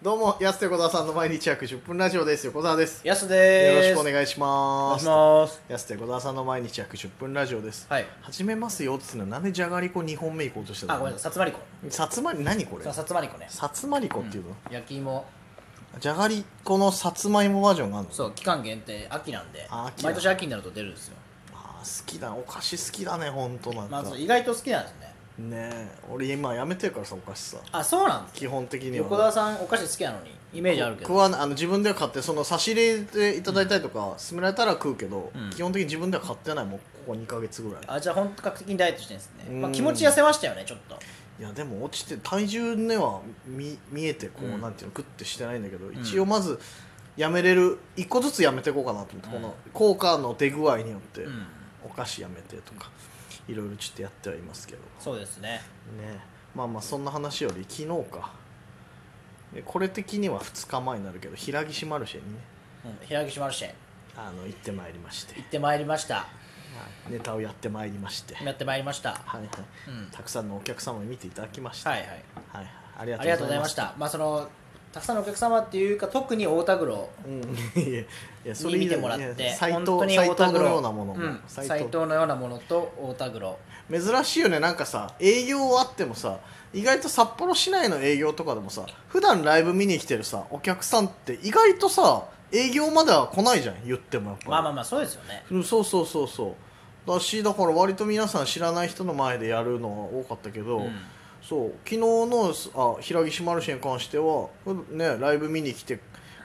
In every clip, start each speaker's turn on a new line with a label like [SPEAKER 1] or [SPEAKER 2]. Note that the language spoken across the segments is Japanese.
[SPEAKER 1] どうも、安手小沢さんの毎日約10分ラジオです。横澤です。
[SPEAKER 2] やす
[SPEAKER 1] よろ
[SPEAKER 2] でー
[SPEAKER 1] し
[SPEAKER 2] す。
[SPEAKER 1] くお願いし
[SPEAKER 2] お願
[SPEAKER 1] ま
[SPEAKER 2] いし
[SPEAKER 1] す。
[SPEAKER 2] ます。
[SPEAKER 1] 安手小沢さんの毎日約10分ラジオです。
[SPEAKER 2] はい。
[SPEAKER 1] 始めますよっつうのはなんでじゃがりこ2本目行こうとしてた
[SPEAKER 2] あ、
[SPEAKER 1] の
[SPEAKER 2] ごめんなさい。さつまりこ。
[SPEAKER 1] さつまり、何これ
[SPEAKER 2] そうさつまりこね。
[SPEAKER 1] さつまりこっていうの、
[SPEAKER 2] 焼き芋、
[SPEAKER 1] じゃがりこのさつまいもバージョンがあるの
[SPEAKER 2] そう、期間限定、秋なんで
[SPEAKER 1] あ、秋だ
[SPEAKER 2] 毎年秋になると出るんですよ。
[SPEAKER 1] あー好きだ、お菓子好きだね、ほんとなん
[SPEAKER 2] ま
[SPEAKER 1] か。
[SPEAKER 2] あ、そう
[SPEAKER 1] ね
[SPEAKER 2] 意外と好きなんですね。
[SPEAKER 1] え、俺今やめてるからさ、お菓子さ。
[SPEAKER 2] あ、そうなんです。
[SPEAKER 1] 基本的には。
[SPEAKER 2] 横田さん、お菓子好きなのに、イメージあるけ
[SPEAKER 1] 僕
[SPEAKER 2] ど。
[SPEAKER 1] はあの自分では買ってその差し入れでいただいたりとか、勧められたら食うけど、
[SPEAKER 2] うん
[SPEAKER 1] 基本的に自分では買ってないもうここ2ヶ月ぐらい
[SPEAKER 2] あ、じゃあ本格的にダイエットしてるんです
[SPEAKER 1] うん
[SPEAKER 2] ね。まあ、気持ち痩せましたよね、ちょっと。
[SPEAKER 1] いやでも落ちて体重には見見えてこう、
[SPEAKER 2] うん
[SPEAKER 1] なんていうのグッてしてないんだけど、
[SPEAKER 2] ん
[SPEAKER 1] 一応まずやめれる1個ずつやめていこうかなと思って、
[SPEAKER 2] うん
[SPEAKER 1] この効果の出具合によって、
[SPEAKER 2] うん。
[SPEAKER 1] お菓子やめてとかいろいろちょっとやってはいますけど
[SPEAKER 2] そうですね。
[SPEAKER 1] ねまあまあそんな話より昨日かでこれ的には2日前になるけど平岸マルシェにね
[SPEAKER 2] うん。平岸マルシェ、
[SPEAKER 1] あの行ってまいりまして
[SPEAKER 2] 行ってまいりました。
[SPEAKER 1] ネタをやってまいりまして、はい
[SPEAKER 2] やってまいりました。は
[SPEAKER 1] はい、
[SPEAKER 2] うん
[SPEAKER 1] たくさんのお客様に見ていただきまし
[SPEAKER 2] い
[SPEAKER 1] た、
[SPEAKER 2] はいい。
[SPEAKER 1] はい、ありが
[SPEAKER 2] ありがと
[SPEAKER 1] と
[SPEAKER 2] う
[SPEAKER 1] うござい
[SPEAKER 2] ございま
[SPEAKER 1] ま
[SPEAKER 2] し
[SPEAKER 1] した
[SPEAKER 2] た。まあ、その、たくさんのお客様っていうか、特に大田黒
[SPEAKER 1] うん、いやいやそれ
[SPEAKER 2] に 見てもらって
[SPEAKER 1] 斎藤
[SPEAKER 2] 本当に
[SPEAKER 1] 斎
[SPEAKER 2] 大田
[SPEAKER 1] 藤
[SPEAKER 2] 黒
[SPEAKER 1] のようなものも、
[SPEAKER 2] うん
[SPEAKER 1] 斎
[SPEAKER 2] 斎藤のようなものと大田黒
[SPEAKER 1] 藤珍しいよねなんかさ営業あってもさ意外と札幌市内の営業とかでもさ普段ライブ見に来てるさお客さんって意外とさ営業までは来ないじゃん言ってもやっぱり
[SPEAKER 2] まあまあまあそうですよね
[SPEAKER 1] うん、そうそうそうそうだしだから割と皆さん知らない人の前でやるのが多かったけど、
[SPEAKER 2] うん
[SPEAKER 1] そう昨日のあ平岸マルシェに関しては、ね、ライブ見に来て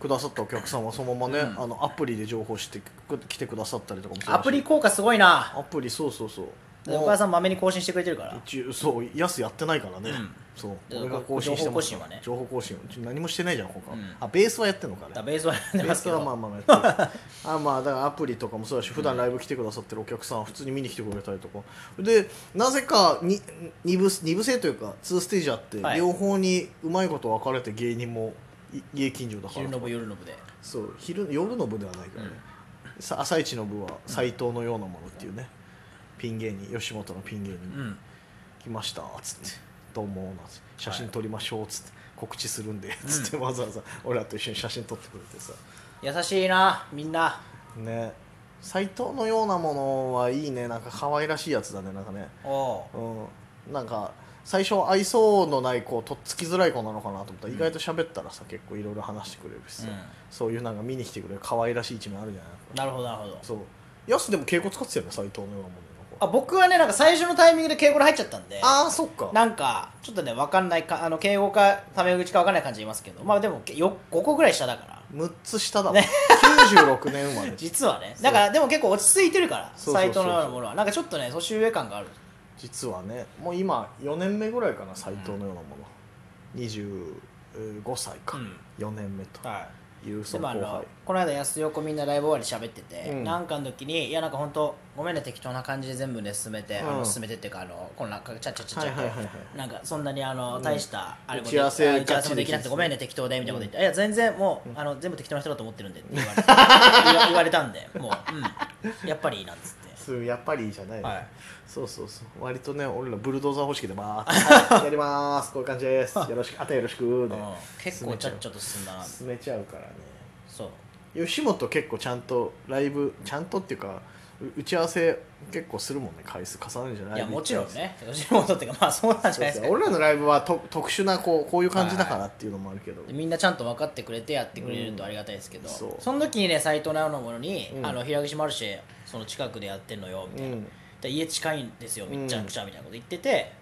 [SPEAKER 1] くださったお客さんはそのままね、
[SPEAKER 2] うん
[SPEAKER 1] あのアプリで情報してく来てくださったりとかもそうだし
[SPEAKER 2] アプリ効果すごいな
[SPEAKER 1] アプリそうそうそう
[SPEAKER 2] お母さんまめに更新してくれてるから
[SPEAKER 1] 一応そうやすやってないからね、
[SPEAKER 2] うん
[SPEAKER 1] そう
[SPEAKER 2] で
[SPEAKER 1] 俺が更新してます
[SPEAKER 2] 情報更新はね
[SPEAKER 1] 情報更新ちょ何もしてないじゃん他、
[SPEAKER 2] うん
[SPEAKER 1] あベースはやってんのかね
[SPEAKER 2] だからベースはやって
[SPEAKER 1] ベ
[SPEAKER 2] ま
[SPEAKER 1] ー
[SPEAKER 2] す
[SPEAKER 1] ス
[SPEAKER 2] け
[SPEAKER 1] はまあ
[SPEAKER 2] ど
[SPEAKER 1] まあまあやってるあまあだからアプリとかもそうだし普段ライブ来てくださってるお客さんは普通に見に来てくれたりとかでなぜか 2, 二部二部制というか2ステージあって
[SPEAKER 2] はい
[SPEAKER 1] 両方にうまいこと分かれて芸人もい家近所だか
[SPEAKER 2] 昼
[SPEAKER 1] ら
[SPEAKER 2] の部夜の部で
[SPEAKER 1] そう昼夜の部ではないからね、さ朝一の部は斎藤のようなものっていうねピン芸人吉本のピン芸人
[SPEAKER 2] うん
[SPEAKER 1] 来ましたつって「どうも」なんつって写真撮りましょう」つって告知するんでつってわざわざ俺らと一緒に写真撮ってくれてさ
[SPEAKER 2] 優しいなみんな
[SPEAKER 1] ね斎藤のようなものはいいねなんか可愛らしいやつだねなんかね
[SPEAKER 2] おお
[SPEAKER 1] うんなんか最初愛想のない子とっつきづらい子なのかなと思ったら意外と喋ったらさ結構いろいろ話してくれるしさ、
[SPEAKER 2] うん
[SPEAKER 1] そういうなんか見に来てくれる可愛らしい一面あるじゃない
[SPEAKER 2] なるほどなるほど
[SPEAKER 1] そうやすでも敬語使ってたよね斎藤のようなもの
[SPEAKER 2] あ僕はねなんか最初のタイミングで敬語で入っちゃったんで
[SPEAKER 1] ああーそっか
[SPEAKER 2] なんかちょっとね分かんないかあの敬語かタメ口か分かんない感じで言いますけどまあでもよ5個ぐらい下だから
[SPEAKER 1] 6つ下だわ、
[SPEAKER 2] ね
[SPEAKER 1] 96年生まれ
[SPEAKER 2] 実はね
[SPEAKER 1] そう
[SPEAKER 2] だからでも結構落ち着いてるから
[SPEAKER 1] そうそうそう
[SPEAKER 2] サ
[SPEAKER 1] そう
[SPEAKER 2] イトのようなものはなんかちょっとね年上感がある
[SPEAKER 1] 実はねもう今4年目ぐらいかな斎藤のようなもの、25歳か、
[SPEAKER 2] うん
[SPEAKER 1] 4年目と
[SPEAKER 2] は
[SPEAKER 1] いうそ
[SPEAKER 2] で
[SPEAKER 1] の
[SPEAKER 2] もあ
[SPEAKER 1] 後
[SPEAKER 2] の
[SPEAKER 1] 輩
[SPEAKER 2] この間安横みんなライブ終わり喋ってて、
[SPEAKER 1] うん
[SPEAKER 2] なんかの時にいやなんか本当ごめんね適当な感じで全部ね進めて、
[SPEAKER 1] うん
[SPEAKER 2] あの進めてっていうかあのこんなちゃっちゃっちゃっちゃっ
[SPEAKER 1] は
[SPEAKER 2] と
[SPEAKER 1] いはいはいはい
[SPEAKER 2] なんかそんなにあの大した、あれも
[SPEAKER 1] 打ち合わせ
[SPEAKER 2] あ打ち合わせもでき
[SPEAKER 1] ガ
[SPEAKER 2] なくて
[SPEAKER 1] チで
[SPEAKER 2] ごめんね適当でみたいなこと言って、いや全然もう、あの全部適当な人だと思ってるんでって言わ れ言わ言われたんでもう、うん、やっぱりいいなんつって
[SPEAKER 1] そうやっぱりいいじゃない、
[SPEAKER 2] はい
[SPEAKER 1] そうそうそう割とね俺らブルドーザー方式でまーす、 はい、やりまーすこういう感じ ですよろしくあとよろしく
[SPEAKER 2] う
[SPEAKER 1] で
[SPEAKER 2] ん結構ちゃっちゃと進んだな
[SPEAKER 1] 進めちゃうからね
[SPEAKER 2] そう
[SPEAKER 1] 吉本結構ちゃんとライブちゃんとっていうかう打ち合わせ結構するもんね回数重ねるじゃない
[SPEAKER 2] いやもちろんね吉本っていうかまあそうなんじゃない
[SPEAKER 1] そう
[SPEAKER 2] です
[SPEAKER 1] そ
[SPEAKER 2] か
[SPEAKER 1] う俺らのライブはと特殊なこうこういう感じだからっていうのもあるけど、
[SPEAKER 2] でみんなちゃんと分かってくれてやってくれるとありがたいですけど、
[SPEAKER 1] うんそう
[SPEAKER 2] その時にね斎藤直のものに、
[SPEAKER 1] うん
[SPEAKER 2] あの平口マルシェその近くでやってんのよ
[SPEAKER 1] う
[SPEAKER 2] みたいな、
[SPEAKER 1] ん
[SPEAKER 2] で家近いんですよめっちゃくちゃみたいなこと言ってて、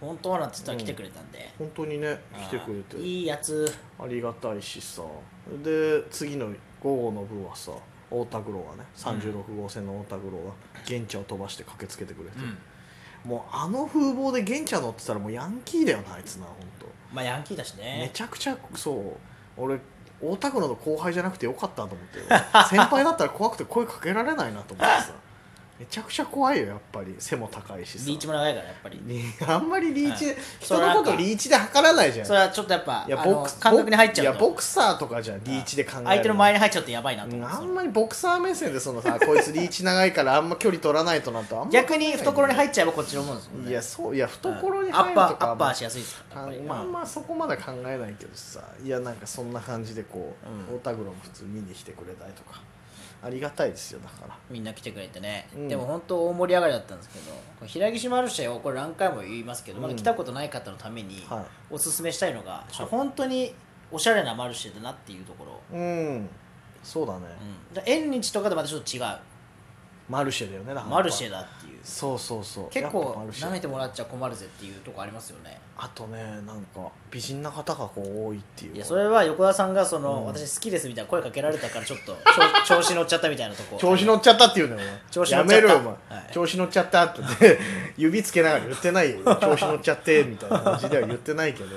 [SPEAKER 2] 本当はなんて言ったら来てくれたんで、
[SPEAKER 1] 本当にね来てくれて
[SPEAKER 2] あーいいやつ
[SPEAKER 1] ありがたいしさで次の午後の部はさ太田九郎がね36号線の太田九郎が玄茶を飛ばして駆けつけてくれて、
[SPEAKER 2] うん
[SPEAKER 1] もうあの風貌で玄茶乗ってたらもうヤンキーだよなあいつな本当
[SPEAKER 2] まあヤンキーだし
[SPEAKER 1] め
[SPEAKER 2] ね
[SPEAKER 1] ちゃくちゃそう俺太田 九郎の後輩じゃなくてよかったと思ってよ先輩だったら怖くて声かけられないなと思ってさめちゃくちゃ怖いよやっぱり背も高いしさ
[SPEAKER 2] リーチも長いからやっぱり
[SPEAKER 1] リあんまりリーチ、
[SPEAKER 2] はい
[SPEAKER 1] 人のことリーチで測らないじゃん
[SPEAKER 2] それはちょっとやっぱ
[SPEAKER 1] いや
[SPEAKER 2] あ
[SPEAKER 1] ボ
[SPEAKER 2] の
[SPEAKER 1] クス
[SPEAKER 2] 感覚に入っちゃう
[SPEAKER 1] いや
[SPEAKER 2] と
[SPEAKER 1] ボクサーとかじゃんリーチで考える
[SPEAKER 2] 相手の前に入っちゃうとやばいなと
[SPEAKER 1] うん
[SPEAKER 2] 思う
[SPEAKER 1] あ
[SPEAKER 2] そ
[SPEAKER 1] ん
[SPEAKER 2] の
[SPEAKER 1] まりボクサー目線でそのさこいつリーチ長いからあんま距離取らないとなとあんま
[SPEAKER 2] 逆に懐に入っちゃえばこっちのもんですもんね
[SPEAKER 1] いやそういや懐に
[SPEAKER 2] ア
[SPEAKER 1] 入る
[SPEAKER 2] ッ
[SPEAKER 1] とか
[SPEAKER 2] パーアッパーし
[SPEAKER 1] や
[SPEAKER 2] やすいですから
[SPEAKER 1] あ
[SPEAKER 2] やっぱり
[SPEAKER 1] んまあんまそこまで考えないけどさいやなんかそんな感じでこう、
[SPEAKER 2] うん
[SPEAKER 1] オタグロも普通見に来てくれたりとかありがたいですよだから
[SPEAKER 2] みんな来てくれてね、
[SPEAKER 1] うん
[SPEAKER 2] でも本当大盛り上がりだったんですけどこれ平岸マルシェをこれ何回も言いますけど、まだ来たことない方のために
[SPEAKER 1] はい
[SPEAKER 2] おすすめしたいのが、ちょっと本当におしゃれなマルシェだなっていうところ、
[SPEAKER 1] うんそうだね、
[SPEAKER 2] うんだから縁日とかとまたちょっと違う
[SPEAKER 1] マルシェだよねだから
[SPEAKER 2] マルシェだっていう
[SPEAKER 1] そうそうそう
[SPEAKER 2] 結
[SPEAKER 1] やっ
[SPEAKER 2] 構
[SPEAKER 1] ぱマルシェ
[SPEAKER 2] 舐めてもらっちゃ困るぜっていうとこありますよね
[SPEAKER 1] あとねなんか美人な方がこう多いっていう
[SPEAKER 2] いやそれは横田さんがその、
[SPEAKER 1] うん
[SPEAKER 2] 私好きですみたいな声かけられたからちょっと調調子乗っちゃったみたいなとこ
[SPEAKER 1] 調子乗っちゃったって言うのよ
[SPEAKER 2] 調子乗
[SPEAKER 1] や
[SPEAKER 2] っちゃ
[SPEAKER 1] め
[SPEAKER 2] っ
[SPEAKER 1] ろ
[SPEAKER 2] た
[SPEAKER 1] よお前、
[SPEAKER 2] はい
[SPEAKER 1] 調子乗っちゃったって言って 指つけながら言って ないよ調子乗っちゃってみたいな感じでは言ってないけど、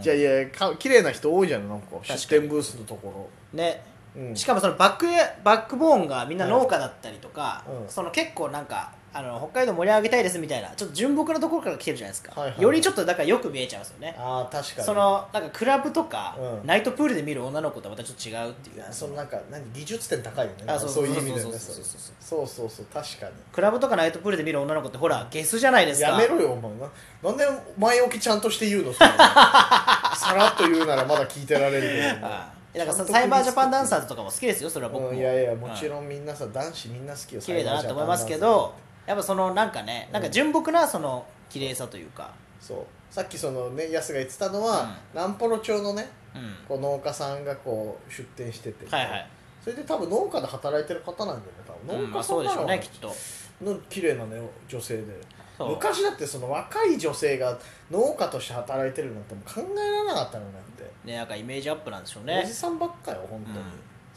[SPEAKER 1] じゃあいやか綺麗な人多いじゃんなんか
[SPEAKER 2] かに
[SPEAKER 1] 出店ブースのとこ
[SPEAKER 2] ね
[SPEAKER 1] ろ、うん、
[SPEAKER 2] しかもそのバックエバックボーンがみんな農家だったりとか、
[SPEAKER 1] うん
[SPEAKER 2] その結構なんかあの北海道盛り上げたいですみたいなちょっと純朴なところから来てるじゃないですか、
[SPEAKER 1] はいはい
[SPEAKER 2] よりちょっとだからよく見えちゃうんですよね
[SPEAKER 1] ああ確かに
[SPEAKER 2] そのなんかクラブとか、
[SPEAKER 1] うん
[SPEAKER 2] ナイトプールで見る女の子とはまたちょっと違うっていう
[SPEAKER 1] いやそのなんか何技術点高いよね
[SPEAKER 2] あそう
[SPEAKER 1] そういう意味で
[SPEAKER 2] そ
[SPEAKER 1] ね
[SPEAKER 2] うそ
[SPEAKER 1] そ
[SPEAKER 2] うそうう
[SPEAKER 1] そうそうそう確かに
[SPEAKER 2] クラブとかナイトプールで見る女の子ってほらゲスじゃないですか
[SPEAKER 1] やめろよお前ななんで前置きちゃんとして言うのそ れさらっと言うならまだ聞いてられるけ ど
[SPEAKER 2] はいだからそのサイバージャパンダンサーズとかも好きですよそれは僕も、
[SPEAKER 1] うん、いやいやもち
[SPEAKER 2] ん
[SPEAKER 1] ろんみんなさ男子みんな好きよ
[SPEAKER 2] 綺麗だなと思いますけ
[SPEAKER 1] サイバージャパンダンサー
[SPEAKER 2] どやっぱそのなんかねなんか純朴なその綺麗さというか
[SPEAKER 1] そうさっきそのねやすが言ってたのは、南ポロ町のね
[SPEAKER 2] うん
[SPEAKER 1] こう農家さんがこう出店してて、
[SPEAKER 2] はいはい
[SPEAKER 1] それで多分農家で働いてる方なんだよね多
[SPEAKER 2] う
[SPEAKER 1] 分
[SPEAKER 2] んま
[SPEAKER 1] 農家
[SPEAKER 2] あ
[SPEAKER 1] さ
[SPEAKER 2] そ
[SPEAKER 1] ん
[SPEAKER 2] うで
[SPEAKER 1] な
[SPEAKER 2] しょ
[SPEAKER 1] の
[SPEAKER 2] うねきっと
[SPEAKER 1] の綺麗なね女性で
[SPEAKER 2] そう
[SPEAKER 1] 昔だってその若い女性が農家として働いてるなんてもう考えられなかったのなんて、
[SPEAKER 2] ねなんかイメージアップなんでしょう
[SPEAKER 1] お
[SPEAKER 2] ね
[SPEAKER 1] じさんばっかよ本当に、
[SPEAKER 2] うん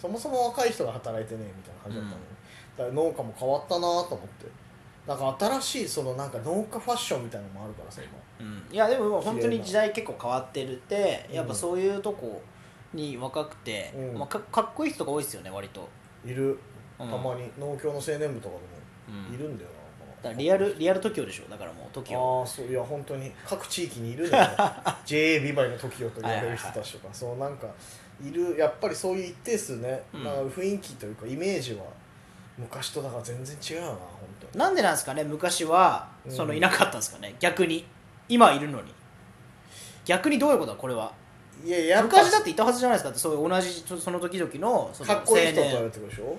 [SPEAKER 1] そもそも若い人が働いてねえみたいな感じだったのに、だから農家も変わったなと思ってなんか新しいそのなんか農家ファッションみたいなのもあるからさ今
[SPEAKER 2] うんいやでももう本当に時代結構変わってるって
[SPEAKER 1] うん
[SPEAKER 2] やっぱそういうとこに若くて
[SPEAKER 1] うん
[SPEAKER 2] まあかかっこいい人が多いですよね割と
[SPEAKER 1] いるた
[SPEAKER 2] うん
[SPEAKER 1] まに農協の青年部とかで
[SPEAKER 2] うん
[SPEAKER 1] もいるんだよ
[SPEAKER 2] だ
[SPEAKER 1] な、
[SPEAKER 2] からリアルリアル TOKIO でしょだからもう TOKIO
[SPEAKER 1] ああそういや本当に各地域にい るんだよ JA ビバイの TOKIO と呼ばれる人たちとか、そうなんかいるやっぱりそういう一定数ね、
[SPEAKER 2] うん
[SPEAKER 1] なんか雰囲気というかイメージは昔とだから全然違うよな本当に
[SPEAKER 2] なんでなんですかね昔は
[SPEAKER 1] うん
[SPEAKER 2] そのいなかったんですかね、逆に今いるのに逆にどういうことだこれはい
[SPEAKER 1] ややっぱ
[SPEAKER 2] 昔だっていたはずじゃないですかだってそういう同じそその時々のその
[SPEAKER 1] かっこいい人と
[SPEAKER 2] 青年
[SPEAKER 1] 言われてるでしょ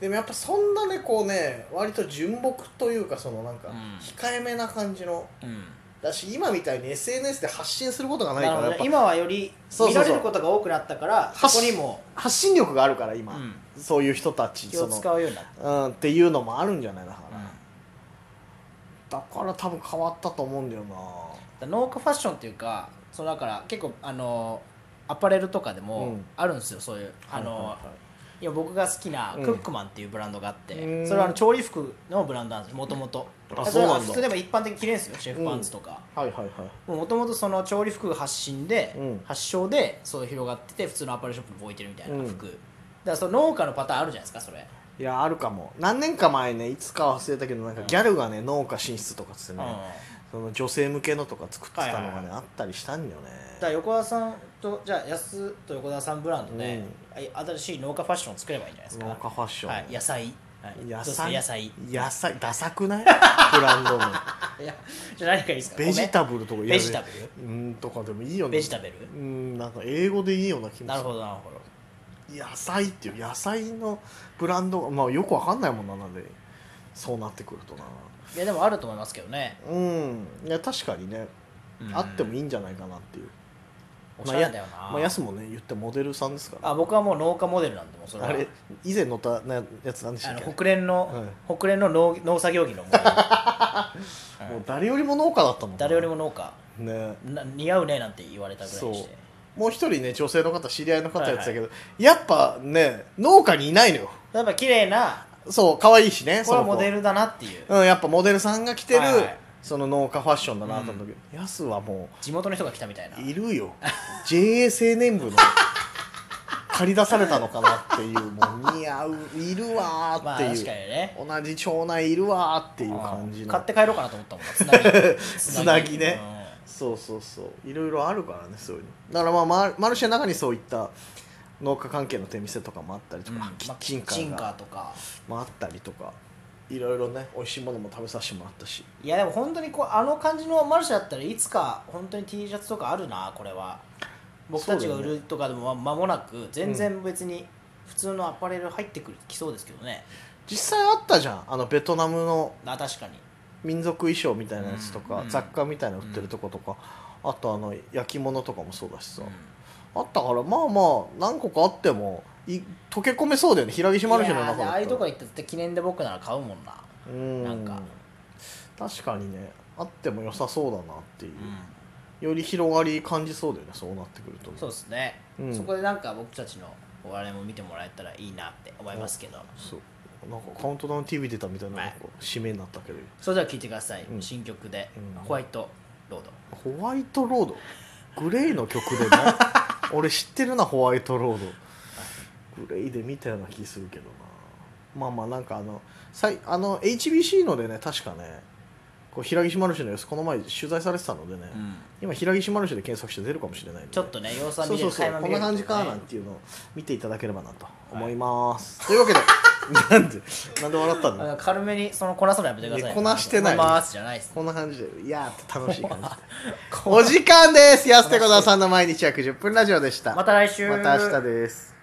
[SPEAKER 1] でもやっぱそんなねこうね割と純朴というかそのなんか
[SPEAKER 2] うん
[SPEAKER 1] 控えめな感じの、
[SPEAKER 2] うんうん
[SPEAKER 1] だし今みたいに SNS で発信することがない
[SPEAKER 2] な
[SPEAKER 1] か
[SPEAKER 2] るほ
[SPEAKER 1] ら
[SPEAKER 2] ど
[SPEAKER 1] やっ
[SPEAKER 2] ね
[SPEAKER 1] ぱ
[SPEAKER 2] 今はより
[SPEAKER 1] そう
[SPEAKER 2] 見
[SPEAKER 1] そうそう
[SPEAKER 2] られることが多くなったからそ
[SPEAKER 1] 発
[SPEAKER 2] こにも、
[SPEAKER 1] 発信力があるから
[SPEAKER 2] う
[SPEAKER 1] 今、
[SPEAKER 2] ん、
[SPEAKER 1] そういう人たち
[SPEAKER 2] 気を
[SPEAKER 1] そ
[SPEAKER 2] 使
[SPEAKER 1] の、
[SPEAKER 2] うようになった、
[SPEAKER 1] うん、っていうのもあるんじゃないだか
[SPEAKER 2] う
[SPEAKER 1] ら、
[SPEAKER 2] ん
[SPEAKER 1] だから多分変わったと思うんだよな
[SPEAKER 2] だから農家ファッションっていうかそうだから結構あのアパレルとかで
[SPEAKER 1] う
[SPEAKER 2] も
[SPEAKER 1] ん
[SPEAKER 2] あるんですよ、そういうあの、
[SPEAKER 1] はいいはいはい
[SPEAKER 2] や僕が好きな
[SPEAKER 1] うん
[SPEAKER 2] クックマンっていうブランドがあって、
[SPEAKER 1] うん
[SPEAKER 2] それはあの調理服のブランドなんですもともと
[SPEAKER 1] あそうなんだ
[SPEAKER 2] 普通でも一般的に着れるんですよシェフパンツとか、
[SPEAKER 1] はいはいはい
[SPEAKER 2] もともとその調理服が発信で、
[SPEAKER 1] うん
[SPEAKER 2] 発祥でそう広がってて普通のアパレルショップにも置いてるみたいな
[SPEAKER 1] うん
[SPEAKER 2] 服、だからその農家のパターンあるじゃないですかそれ、
[SPEAKER 1] いやあるかも何年か前ねいつか忘れたけどなんかギャルがね農家進出とかっつって
[SPEAKER 2] うん
[SPEAKER 1] ね、その女性向けのとか作ってたのがね、
[SPEAKER 2] はいはいは
[SPEAKER 1] あったりしたんよね
[SPEAKER 2] だから横田さんとじゃあ安と横田さんブランドで、
[SPEAKER 1] うん
[SPEAKER 2] あ新しい農家ファッションを作ればいいんじゃないですか
[SPEAKER 1] 農家ファッション、
[SPEAKER 2] はい、野菜、はい、
[SPEAKER 1] 野
[SPEAKER 2] どうですか
[SPEAKER 1] 菜
[SPEAKER 2] 野菜
[SPEAKER 1] 野菜ダサくないブラン ドの
[SPEAKER 2] いやじゃあ何がいいですか
[SPEAKER 1] ベジタ
[SPEAKER 2] ブ
[SPEAKER 1] ブルとか
[SPEAKER 2] ベジタブル
[SPEAKER 1] ルうんとかでもいいよね
[SPEAKER 2] ベジタブル
[SPEAKER 1] うんなんか英語でいいような気も
[SPEAKER 2] なる
[SPEAKER 1] す
[SPEAKER 2] ほ
[SPEAKER 1] る
[SPEAKER 2] どなるほど
[SPEAKER 1] 野菜っていう野菜のブランドがまあよくわかんないもんななんでそうなってくるとない
[SPEAKER 2] やでもあると思いますけどね、
[SPEAKER 1] うんいや確かにね、
[SPEAKER 2] うん
[SPEAKER 1] あってもいいんじゃないかなっていう
[SPEAKER 2] おしゃれだよな、
[SPEAKER 1] まあやすもね言ってモデルさんですから
[SPEAKER 2] あ僕はもう農家モデルなんでもうそれ
[SPEAKER 1] あ
[SPEAKER 2] は
[SPEAKER 1] れ以前乗ったなやつなんでし
[SPEAKER 2] あ
[SPEAKER 1] たっけ
[SPEAKER 2] の北連の、北連の農農作業着のモデル
[SPEAKER 1] もう誰よりも農家だったもんな
[SPEAKER 2] 誰よりも農家
[SPEAKER 1] ね
[SPEAKER 2] な似合うねなんて言われたぐらいにして
[SPEAKER 1] もう一人ね女性の方知り合いの方やってたけど、やっぱね農家にいないのよ
[SPEAKER 2] やっぱ綺麗な
[SPEAKER 1] そう可愛いしね
[SPEAKER 2] これはモ
[SPEAKER 1] その子
[SPEAKER 2] デルだなっていう
[SPEAKER 1] うんやっぱモデルさんが着てる、
[SPEAKER 2] はいはい
[SPEAKER 1] その農家ファッションだなと思ったけど、やすはも
[SPEAKER 2] 地元の人が来たみたいうない
[SPEAKER 1] るよ JA 青年部の駆り出されたのかなっていうもう似合ういるわー
[SPEAKER 2] ま
[SPEAKER 1] っ
[SPEAKER 2] あ
[SPEAKER 1] て
[SPEAKER 2] 確かに
[SPEAKER 1] いう、
[SPEAKER 2] ね
[SPEAKER 1] 同じ町内いるわーっていう感じの
[SPEAKER 2] 買って帰ろうかなと思った もんなつなぎ
[SPEAKER 1] つなぎねそうそうそういろいろあるからねそういうのだからまあマルマルシェの中にそういった農家関係の手店とかもあったりと
[SPEAKER 2] うん
[SPEAKER 1] か、
[SPEAKER 2] まあ
[SPEAKER 1] キ
[SPEAKER 2] キ
[SPEAKER 1] ッ
[SPEAKER 2] ッ
[SPEAKER 1] チ
[SPEAKER 2] チ
[SPEAKER 1] ン
[SPEAKER 2] ン
[SPEAKER 1] カ
[SPEAKER 2] カ
[SPEAKER 1] ー
[SPEAKER 2] ー
[SPEAKER 1] が
[SPEAKER 2] とか
[SPEAKER 1] もあったりとかいろいろね美味しいものも食べさせてもらったし
[SPEAKER 2] いやでも本当にこうあの感じのマルシェだったらいつか本当に T シャツとかあるなこれは僕たちが売るとかでもま間もなく全然別に普通のアパレル入ってくるきそうですけどね
[SPEAKER 1] 実際あったじゃんあのベトナムの
[SPEAKER 2] あ確かに
[SPEAKER 1] 民族衣装みたいなやつとか、
[SPEAKER 2] うん
[SPEAKER 1] 雑貨みたいなの売ってるとことか、あとあの焼き物とかもそうだしさ、
[SPEAKER 2] うん
[SPEAKER 1] あったからまあまあ何個かあってもい溶け込めそうだよね平岸マルシェの中
[SPEAKER 2] いやーああいうとこ
[SPEAKER 1] に
[SPEAKER 2] 行ったって記念で僕なら買うもんな
[SPEAKER 1] うん
[SPEAKER 2] なんか
[SPEAKER 1] 確かにねあっても良さそうだなっていう、
[SPEAKER 2] う
[SPEAKER 1] より広がり感じそうだよねそうなってくるとね
[SPEAKER 2] んそうですね、
[SPEAKER 1] うん
[SPEAKER 2] そこでなんか僕たちのお笑いも見てもらえたらいいなって思いますけど
[SPEAKER 1] そうなんかカウントダウン TV 出たみたいななんか締めになったけど
[SPEAKER 2] それでは聴いてください、
[SPEAKER 1] うん
[SPEAKER 2] 新曲で、
[SPEAKER 1] うん
[SPEAKER 2] ホワイトロード」
[SPEAKER 1] ホワイトロードグレイの曲 でな俺知ってるなホワイトロードグレイで見たような気するけどなまあまあなんかあのさいあの HBC のでね確かねこう平岸マルシェの様子この前取材されてたのでね、今平岸マルシェで検索して出るかもしれないんで
[SPEAKER 2] ちょっとね様子は
[SPEAKER 1] そ
[SPEAKER 2] 見
[SPEAKER 1] う
[SPEAKER 2] れ
[SPEAKER 1] そう
[SPEAKER 2] る
[SPEAKER 1] そう
[SPEAKER 2] 垣間
[SPEAKER 1] こ
[SPEAKER 2] 見
[SPEAKER 1] ん
[SPEAKER 2] れ
[SPEAKER 1] な
[SPEAKER 2] る
[SPEAKER 1] 感じか
[SPEAKER 2] と
[SPEAKER 1] な
[SPEAKER 2] ね
[SPEAKER 1] んていうのを見ていただければなと思います、というわけでなんで なんで笑った
[SPEAKER 2] あ
[SPEAKER 1] の
[SPEAKER 2] の軽めにそのこなすのやめてくださ
[SPEAKER 1] いや
[SPEAKER 2] い
[SPEAKER 1] こなしてない
[SPEAKER 2] こなすじゃないです
[SPEAKER 1] こんな感じでいやーって楽しい感 じでお時間です安手小沢さんの毎日約10分ラジオでした
[SPEAKER 2] また来週
[SPEAKER 1] また明日です